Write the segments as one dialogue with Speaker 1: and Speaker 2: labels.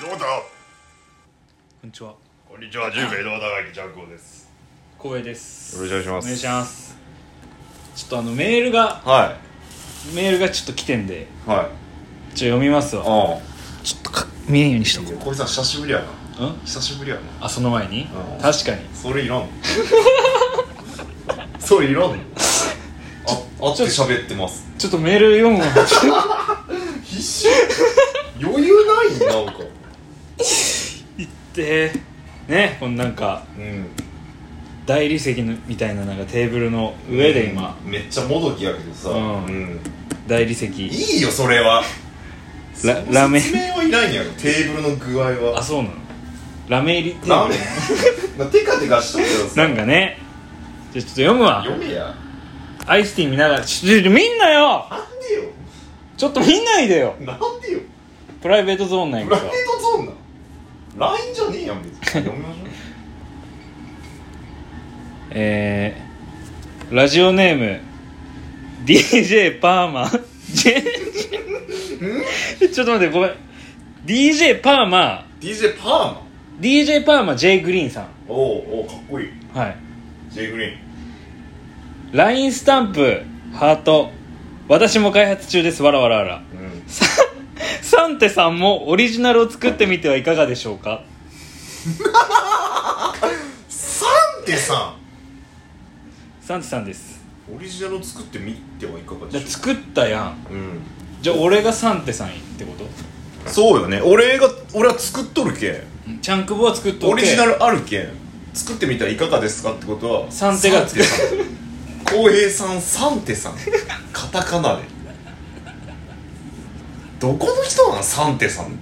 Speaker 1: こだ
Speaker 2: こんにちは
Speaker 1: こんにちは十兵衛江戸川貴ちゃんこです
Speaker 2: 光栄です
Speaker 1: よろしくお願いします
Speaker 2: お願いしますちょっとあのメールが
Speaker 1: は
Speaker 2: メールがちょっと来てんで
Speaker 1: いはい
Speaker 2: ちょ読みますわ
Speaker 1: あ
Speaker 2: ちょっとか見えんようにしとこ
Speaker 1: 小木さん久しぶりやな
Speaker 2: ううん
Speaker 1: 久しぶりやな
Speaker 2: あその前に
Speaker 1: うん
Speaker 2: 確かに
Speaker 1: それいら んそれいらんああって喋ってます
Speaker 2: ちょっとメール読 むわ
Speaker 1: 必死余裕ないなんか
Speaker 2: 言ってねこのなんか
Speaker 1: うん
Speaker 2: 大理石のみたいななんかテーブルの上で今
Speaker 1: めっちゃもどきやけどさ、
Speaker 2: うん
Speaker 1: ん
Speaker 2: 大理
Speaker 1: い
Speaker 2: 石
Speaker 1: いよそれは
Speaker 2: ラ
Speaker 1: その
Speaker 2: ラメ
Speaker 1: 説明はいないんやろテーブルの具合
Speaker 2: あ
Speaker 1: は
Speaker 2: そうなのラメ入りテー
Speaker 1: ラ
Speaker 2: ブ
Speaker 1: メ
Speaker 2: ル
Speaker 1: なテカテカしとけよさ
Speaker 2: なんかねじゃあちょっと読むわ
Speaker 1: 読めや
Speaker 2: アイスティー見ながらちょちょちょ見んなよ
Speaker 1: なんでよ
Speaker 2: ちょっと見ないでよ
Speaker 1: なんでよ
Speaker 2: プライベートゾーンなんや
Speaker 1: プ
Speaker 2: け
Speaker 1: ライ
Speaker 2: ど
Speaker 1: ベートゾーンな LINE じゃねえやん別に読みましょう
Speaker 2: えー、ラジオネーム DJ パーマ J ちょっと待ってごめん DJ パーマ
Speaker 1: DJ パーマ
Speaker 2: DJ パーマ J グリーンさ
Speaker 1: おうおうかっこいい
Speaker 2: んはい
Speaker 1: J グリーン
Speaker 2: LINE スタンプハート私も開発中ですわらわらわら
Speaker 1: うん
Speaker 2: さサンテさんもオリジナルを作ってみてはいかがでしょうか
Speaker 1: サンテさ
Speaker 2: サンテさんです
Speaker 1: んオリジナルを作ってみてはいかが
Speaker 2: じゃ
Speaker 1: で
Speaker 2: あ
Speaker 1: しょ
Speaker 2: 作ったやん
Speaker 1: うかうん
Speaker 2: じゃあ俺がサンテさんってこと
Speaker 1: そうよね俺が俺は作っとるけ
Speaker 2: チャンクボは作っと
Speaker 1: オ
Speaker 2: け
Speaker 1: リジナルあるけん作ってみたらいかがですかってことは
Speaker 2: サンテが作る
Speaker 1: サンテさん浩平さんサンテさんカタカナでどこの人なんサンテさんって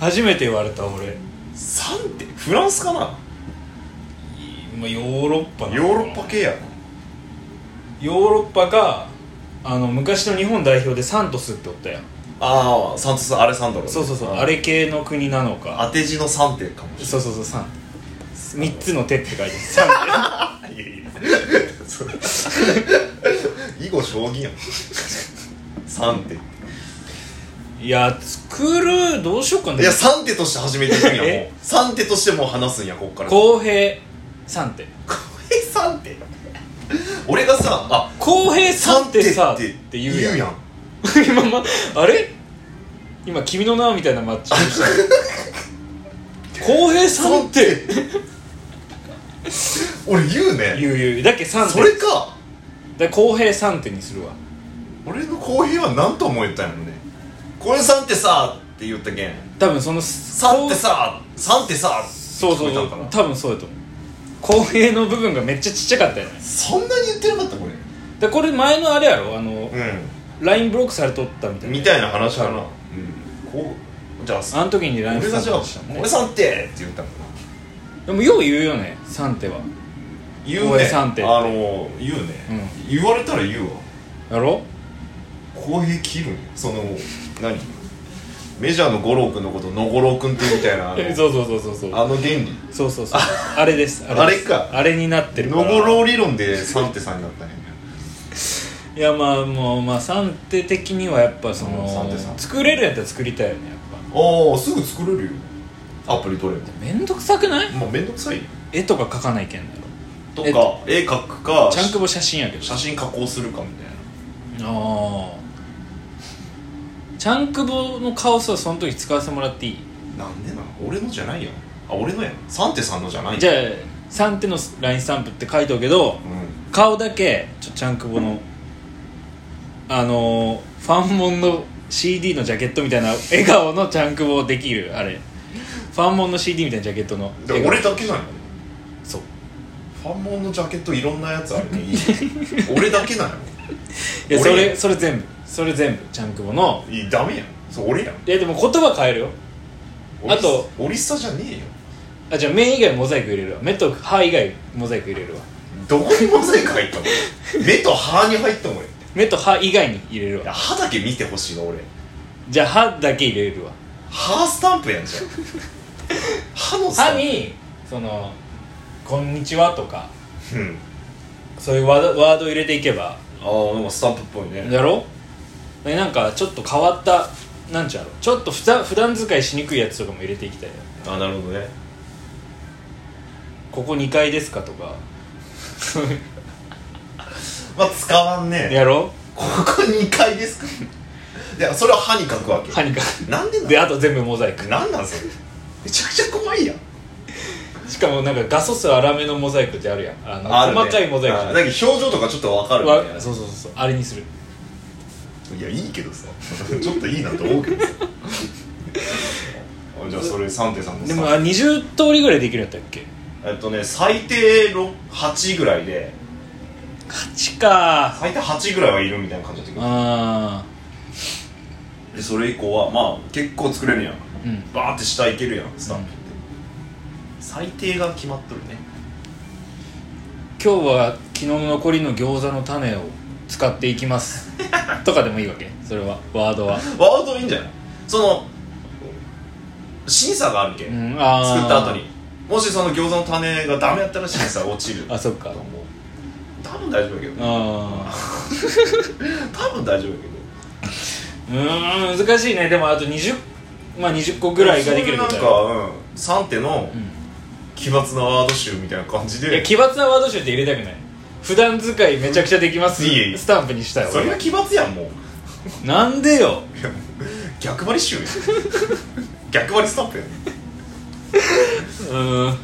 Speaker 2: 初めて言われた俺
Speaker 1: サンテフランスかな
Speaker 2: まあ、ヨーロッパなの
Speaker 1: ヨーロッパ系やな
Speaker 2: ヨーロッパかあの昔の日本代表でサントスっておったやん
Speaker 1: ああサントスアレサンドロ
Speaker 2: そうそうそうあれ系の国なのか
Speaker 1: 当て字のサンテかもし
Speaker 2: そうそうそうサン3つの手って書いてあるサン
Speaker 1: れないいやいやそれ囲碁将棋やんサンテ
Speaker 2: テいや作るどうしようかない
Speaker 1: やサンテとして始めていくんやもう
Speaker 2: え
Speaker 1: サンテとしてもう話すんやこっから
Speaker 2: 公平サンテ
Speaker 1: 浩平さんって俺がさあ
Speaker 2: 公平サンテさって言うやん
Speaker 1: ん
Speaker 2: 今まあれ今君の名みたいなマッチング した公平さんって
Speaker 1: 俺言うね
Speaker 2: 言う言うだっけサンテ
Speaker 1: それか
Speaker 2: だから公平サンテにするわ
Speaker 1: 俺の浩平は何と思えたんやろね浩平さんってさって言ったけん
Speaker 2: 多分その
Speaker 1: さんってささんってさ
Speaker 2: そうそうそう
Speaker 1: 聞こえたんかな
Speaker 2: 多分そうだと思う公平の部分がめっちゃちっちゃかったよね
Speaker 1: そんなに言ってなかったこれ
Speaker 2: でこれ前のあれやろあの、
Speaker 1: う
Speaker 2: LINE ブロックされとったみたいな
Speaker 1: みたいな話かなうんこうじゃあ
Speaker 2: あの時に LINE
Speaker 1: 俺
Speaker 2: さ
Speaker 1: が
Speaker 2: れ
Speaker 1: じゃあ「
Speaker 2: とした
Speaker 1: 浩
Speaker 2: もん
Speaker 1: 平
Speaker 2: ね
Speaker 1: さんって」って言ったのかな
Speaker 2: でもよう言うよねサンテは
Speaker 1: 言う
Speaker 2: 浩
Speaker 1: ね
Speaker 2: 平さんって
Speaker 1: あの言うね言われたら言うわ
Speaker 2: やろ
Speaker 1: 公平切るんよその何メジャーの五郎君のこと野五郎君って言うみたいなあ
Speaker 2: え
Speaker 1: の
Speaker 2: そうそうそうそうそう
Speaker 1: あの原理
Speaker 2: そうそうそうあれですあです
Speaker 1: あれか
Speaker 2: あれになってるか
Speaker 1: 野
Speaker 2: ら
Speaker 1: 五郎理論でサンテさんになったね
Speaker 2: いやまあもうまあサンテ的にはやっぱそ
Speaker 1: うんサン
Speaker 2: の
Speaker 1: テさん
Speaker 2: 作れるやったら作りたいよねやっ
Speaker 1: ああすぐ作れるよアプリ取れば
Speaker 2: ぱめんどくさくない
Speaker 1: まあ面倒くさいよ
Speaker 2: 絵とか描かないけんだろ
Speaker 1: と
Speaker 2: えっ
Speaker 1: か絵描くか
Speaker 2: ちゃんくぼ写真やけど
Speaker 1: 写真加工するかみたいな
Speaker 2: ああチャンクボの顔さその時使わせてもらっていい
Speaker 1: なんでな俺のじゃないやんあ俺のやんサンテさんのじゃない
Speaker 2: じゃ
Speaker 1: あ
Speaker 2: あ3手のラインスタンプって書いておくけど
Speaker 1: うん
Speaker 2: 顔だけちょチャンクボのあのー、ファンモンの CD のジャケットみたいな笑顔のチャンクボできるあれファンモンの CD みたいなジャケットの
Speaker 1: で
Speaker 2: 笑顔
Speaker 1: 俺だけなの
Speaker 2: そう
Speaker 1: ファンモンのジャケットいろんなやつあるね いい俺だけなの
Speaker 2: いやそ
Speaker 1: 俺
Speaker 2: れそれ全部それ全部チャンクボの
Speaker 1: いいダメやんそう俺やん
Speaker 2: いやでも言葉変えるよあと
Speaker 1: オリスタじゃねえよ
Speaker 2: あじゃあ目以外モザイク入れるわ目と歯以外モザイク入れるわ
Speaker 1: どこにモザイク入ったの目と歯に入ったの俺い
Speaker 2: 目と歯以外に入れるわ
Speaker 1: や歯だけ見てほしいの俺
Speaker 2: じゃあ歯だけ入れるわ
Speaker 1: 歯スタンプやんじゃん歯のスタ
Speaker 2: 歯
Speaker 1: ンプ
Speaker 2: にその「こんにちは」とか
Speaker 1: うん
Speaker 2: そういうワードワードを入れていけば
Speaker 1: ああなんかスタンプっぽいね
Speaker 2: やろでなんかちょっと変わったなんちゃろうちょっとふた普段使いしにくいやつとかも入れていきたいよ
Speaker 1: あなるほどね
Speaker 2: ここ2階ですかとか
Speaker 1: まあ使わんね
Speaker 2: やろ
Speaker 1: ここ2階ですかでそれは歯に書くわけ
Speaker 2: 歯にか
Speaker 1: なんでなん
Speaker 2: であと全部モザイク
Speaker 1: なんなんそれめちゃくちゃ怖いやん
Speaker 2: しかもなんか画素数粗めのモザイクってあるやんあの
Speaker 1: あるね
Speaker 2: 細かいモザイ
Speaker 1: あ
Speaker 2: クじゃ
Speaker 1: なん
Speaker 2: な
Speaker 1: か
Speaker 2: い
Speaker 1: 表情とかちょっとわかるみたい
Speaker 2: わそうそうそうそうあれにする
Speaker 1: ないやいいけどさちょっといいなと思うけどさ あじゃあそれ3.3のさ
Speaker 2: でもあ20通りぐらいできるんやったっけ
Speaker 1: えっとね最低ろ8ぐらいで
Speaker 2: 8か
Speaker 1: 最低8ぐらいはいるみたいな感じだったけ
Speaker 2: あ
Speaker 1: どでそれ以降はまあ結構作れるやん
Speaker 2: ーうん
Speaker 1: バーって下いけるやんスタンプって、最低が決まっとるね
Speaker 2: 今日は昨日の残りの餃子の種を使っていきます とかでもいいわけそれはワードは、
Speaker 1: ワードいいんじゃないその審査があるけ、
Speaker 2: うん、あー
Speaker 1: 作った後にもしその餃子の種がダメやったら審査落ちる
Speaker 2: あそっか
Speaker 1: と思う多分大丈夫やけどね
Speaker 2: あ
Speaker 1: 多分大丈夫やけど
Speaker 2: ーうーん難しいねでもあと20まあ20個ぐらいができる
Speaker 1: そういうなんか、うん、3手の
Speaker 2: ん
Speaker 1: 奇抜なワード集みたいな感じ
Speaker 2: いや
Speaker 1: で
Speaker 2: 奇抜なワード集って入れたくない普段使いめちゃくちゃできます
Speaker 1: いいいい
Speaker 2: スタンプにしたい
Speaker 1: それが奇抜やんもう
Speaker 2: 俺なんでよ
Speaker 1: 逆張り 集やん逆張りスタンプやん
Speaker 2: うーん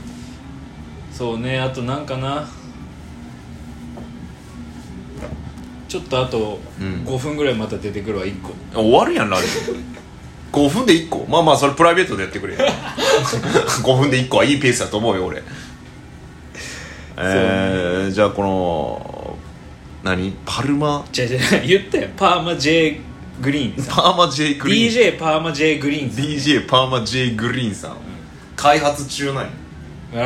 Speaker 2: そうねあとなんかなちょっとあと
Speaker 1: うん
Speaker 2: 5分ぐらいまた出てくるわ1個
Speaker 1: 終わるやんラジオ5分で1個まあまあそれプライベートでやってくれ5分で1個はいいペースだと思うよ俺えー、じゃあこの何パルマ
Speaker 2: 違う違う言ったよパーマ J グリーンさん
Speaker 1: パーマ J グリーン
Speaker 2: DJ パーマ J グリーンさ
Speaker 1: DJ パーマ J グリーンさん、開発中なんや
Speaker 2: ん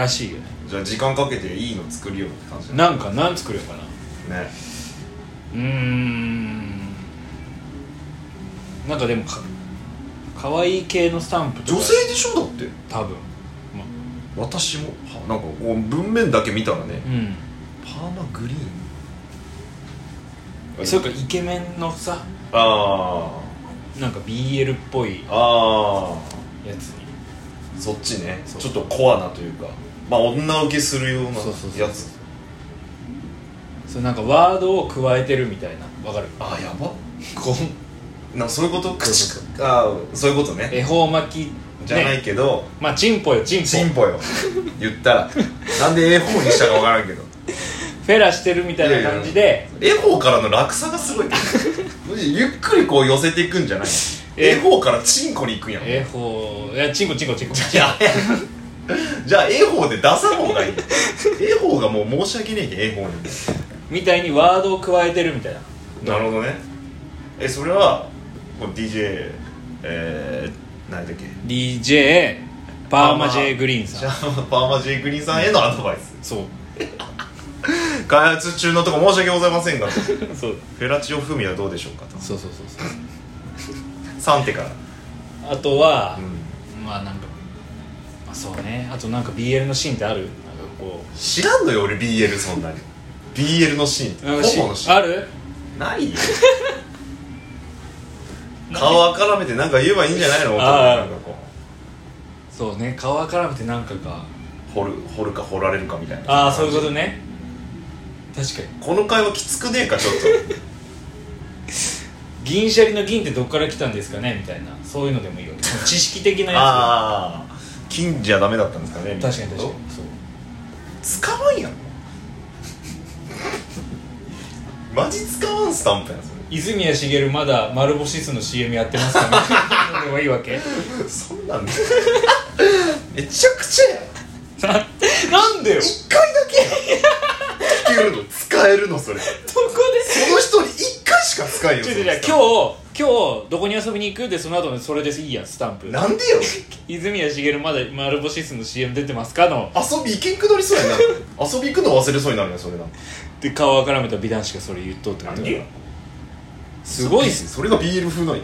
Speaker 2: らしいよね
Speaker 1: じゃあ時間かけていいの作るよって感じだ
Speaker 2: なんか何作れようかな
Speaker 1: ね
Speaker 2: うーんなんかでもか可愛い系のスタンプとか
Speaker 1: 女性でしょだって
Speaker 2: 多分、ま
Speaker 1: 私もはなんかこう文面だけ見たらね
Speaker 2: うん
Speaker 1: パーマグリーン
Speaker 2: それかイケメンのさ
Speaker 1: あ
Speaker 2: なんか BL っぽい
Speaker 1: あああ
Speaker 2: やつに
Speaker 1: そっちね
Speaker 2: そう
Speaker 1: ちょっとコアなというかまあ女受けするような
Speaker 2: そうそうそう
Speaker 1: やつ
Speaker 2: そうなんかワードを加えてるみたいなわかる
Speaker 1: ああやば
Speaker 2: こ
Speaker 1: なんかそういうこと
Speaker 2: そう
Speaker 1: 口
Speaker 2: そう
Speaker 1: ああそういうことね
Speaker 2: 恵方巻き
Speaker 1: じゃない
Speaker 2: ね、
Speaker 1: けど
Speaker 2: まあチンポよチンポ
Speaker 1: チンポよ言ったらなんで A4 にしたか分からんけど
Speaker 2: フェラしてるみたいな感じで
Speaker 1: A4 からの落差がす ごいゆっくりこう寄せていくんじゃない
Speaker 2: え
Speaker 1: A4 からチンコに行くんやん
Speaker 2: 恵方いやチンコチンコチンコ
Speaker 1: いやいやじゃあ A4 で出さん方がいい A4 がもう申し訳ねえけど A4
Speaker 2: みたいにワードを加えてるみたいな
Speaker 1: になるほどねえそれはこれ DJ えー、何だっけ
Speaker 2: DJ パーマ J グリーン
Speaker 1: じ
Speaker 2: さ
Speaker 1: ゃ
Speaker 2: ん
Speaker 1: あパーマ J グリーンさんへのアドバイス
Speaker 2: そう
Speaker 1: 開発中のとこ申し訳ございませんがフ
Speaker 2: そう
Speaker 1: ェラチオ風味はどうでしょうかと
Speaker 2: そうそうそうそう
Speaker 1: 3手から
Speaker 2: あとは
Speaker 1: う、ん
Speaker 2: まあなんか、まあ、そうねあとなんか BL のシーンってあるなんかこ
Speaker 1: 知らんのよ俺 BL そんなに BL のシーン
Speaker 2: うなん
Speaker 1: っ
Speaker 2: か
Speaker 1: て
Speaker 2: シ
Speaker 1: ほぼのシー
Speaker 2: ーンある
Speaker 1: ンないよ顔あからめてなんか言えばいいんじゃないの男
Speaker 2: あー
Speaker 1: なんかこう
Speaker 2: そうね顔絡めてなんかか
Speaker 1: 掘る掘るか掘られるかみたいな
Speaker 2: ああそういうことね確かに
Speaker 1: この会話きつくねえかちょっ
Speaker 2: 銀シャリの銀ってどっから来たんですかねみたいなそういうのでもいいよ知識的な
Speaker 1: と
Speaker 2: や
Speaker 1: ああ金じゃダメだったんですかね
Speaker 2: つ確かに確
Speaker 1: に
Speaker 2: かにそう
Speaker 1: 使わんやんマジ使わんスタンプやんそ
Speaker 2: 泉谷しげるまだ丸星スの CM やってますかねそう でもいいわけ
Speaker 1: れそんなんでめちゃくちゃやん
Speaker 2: ななんでよ
Speaker 1: 一回だけ聞けるの使えるのそれ
Speaker 2: どこで
Speaker 1: その人に1回しか使えよ
Speaker 2: ちょちょちょ今日今日どこに遊びに行くでその後のそれですいいやんスタンプ
Speaker 1: なんでよ
Speaker 2: 泉谷しげるまだ丸星スの CM 出てますかの
Speaker 1: 遊び行けんくなりそうやな遊び行くの忘れそうになるねそれな
Speaker 2: で顔をからめた美男子がそれ言っとってことすごいっす
Speaker 1: それが BL 風なんや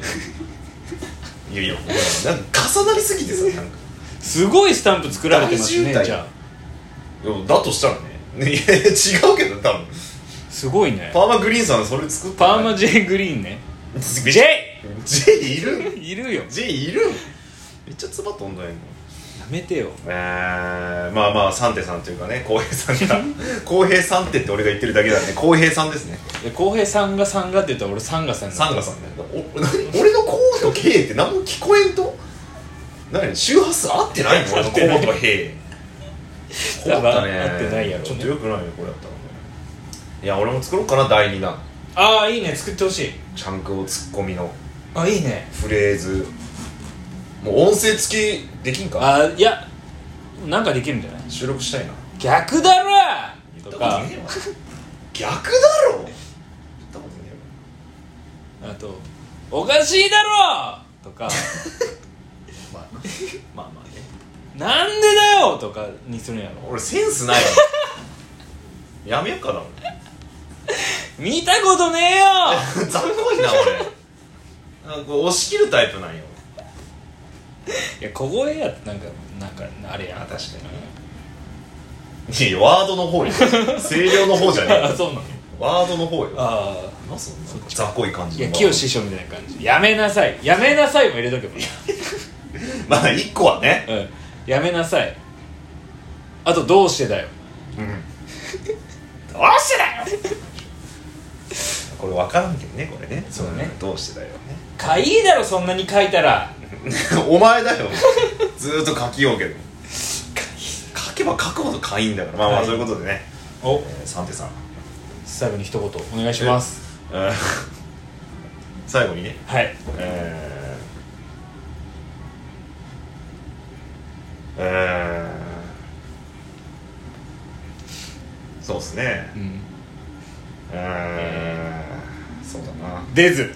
Speaker 1: いやいやお前なんか重なりすぎてさなんか
Speaker 2: すごいスタンプ作られてます
Speaker 1: 大
Speaker 2: ね
Speaker 1: 渋滞
Speaker 2: じゃ
Speaker 1: いやだとしたらねねいやいや違うけど多分
Speaker 2: あすごいね
Speaker 1: パーマグリーンさんそれ作った
Speaker 2: パーマ J グリーンね
Speaker 1: ジ
Speaker 2: J!
Speaker 1: J いるん
Speaker 2: いるよ
Speaker 1: J いるんめっちゃ唾飛んだよ今
Speaker 2: やめてよ
Speaker 1: えー、まあまあサンテさんというかね浩平さん が浩平さんってって俺が言ってるだけなんで浩平さんですね
Speaker 2: で浩平さんがさんがって言ったら俺さんがさん
Speaker 1: サンガさんねお何俺の「こう」と「へ」って何も聞こえんと何周波 数合ってないの俺の「こう」と「へ」
Speaker 2: 多分
Speaker 1: 合ったね
Speaker 2: 合ってないやろうね
Speaker 1: ちょっとよくないねこれだったらねいや俺も作ろうかな第2弾
Speaker 2: ああいいね作ってほしい
Speaker 1: チャンクをツッコミの
Speaker 2: あいいね
Speaker 1: フレーズもう音声付きできんか
Speaker 2: あーいやなんかできるんじゃない
Speaker 1: 収録したいな
Speaker 2: 逆だろ
Speaker 1: 言っ
Speaker 2: とか
Speaker 1: たことねえわ逆だろ言ったことねえわ
Speaker 2: あと「おかしいだろ!」と か
Speaker 1: まあ、まあまあね
Speaker 2: 「なんでだよ!」とかにするんやろ
Speaker 1: 俺センスないわやめようかな
Speaker 2: 見たことねえよ
Speaker 1: 俺ざっこいな俺なんか押し切るタイプなんよ
Speaker 2: いや小声やってなんかなんかあれやん
Speaker 1: あ確かいやワードの方よ声量の方じゃね
Speaker 2: あ
Speaker 1: え
Speaker 2: そうなの
Speaker 1: ワードの方よ
Speaker 2: あ
Speaker 1: なんそんなざっこい感
Speaker 2: あ
Speaker 1: じ
Speaker 2: い
Speaker 1: の
Speaker 2: や清師匠みたいな感じやめなさいやめなさいも入れとけばいい
Speaker 1: まあ一個はね
Speaker 2: うんやめなさいあと「どうしてだよ
Speaker 1: うんどうしてだよこれ分からんけどねこれね
Speaker 2: そうだね
Speaker 1: んどうしてだよね」
Speaker 2: かいいだろそんなに書いたら
Speaker 1: お前だよずーっと書きようけど書けば書くほどかいいんだからまあま
Speaker 2: は
Speaker 1: あ
Speaker 2: い
Speaker 1: そういうことでね、
Speaker 2: お
Speaker 1: えー、サンテさん、
Speaker 2: 最後に一言お願いします
Speaker 1: えー 最後にね
Speaker 2: はい
Speaker 1: えーえーそうですね
Speaker 2: うん
Speaker 1: えーそうだな
Speaker 2: 出ず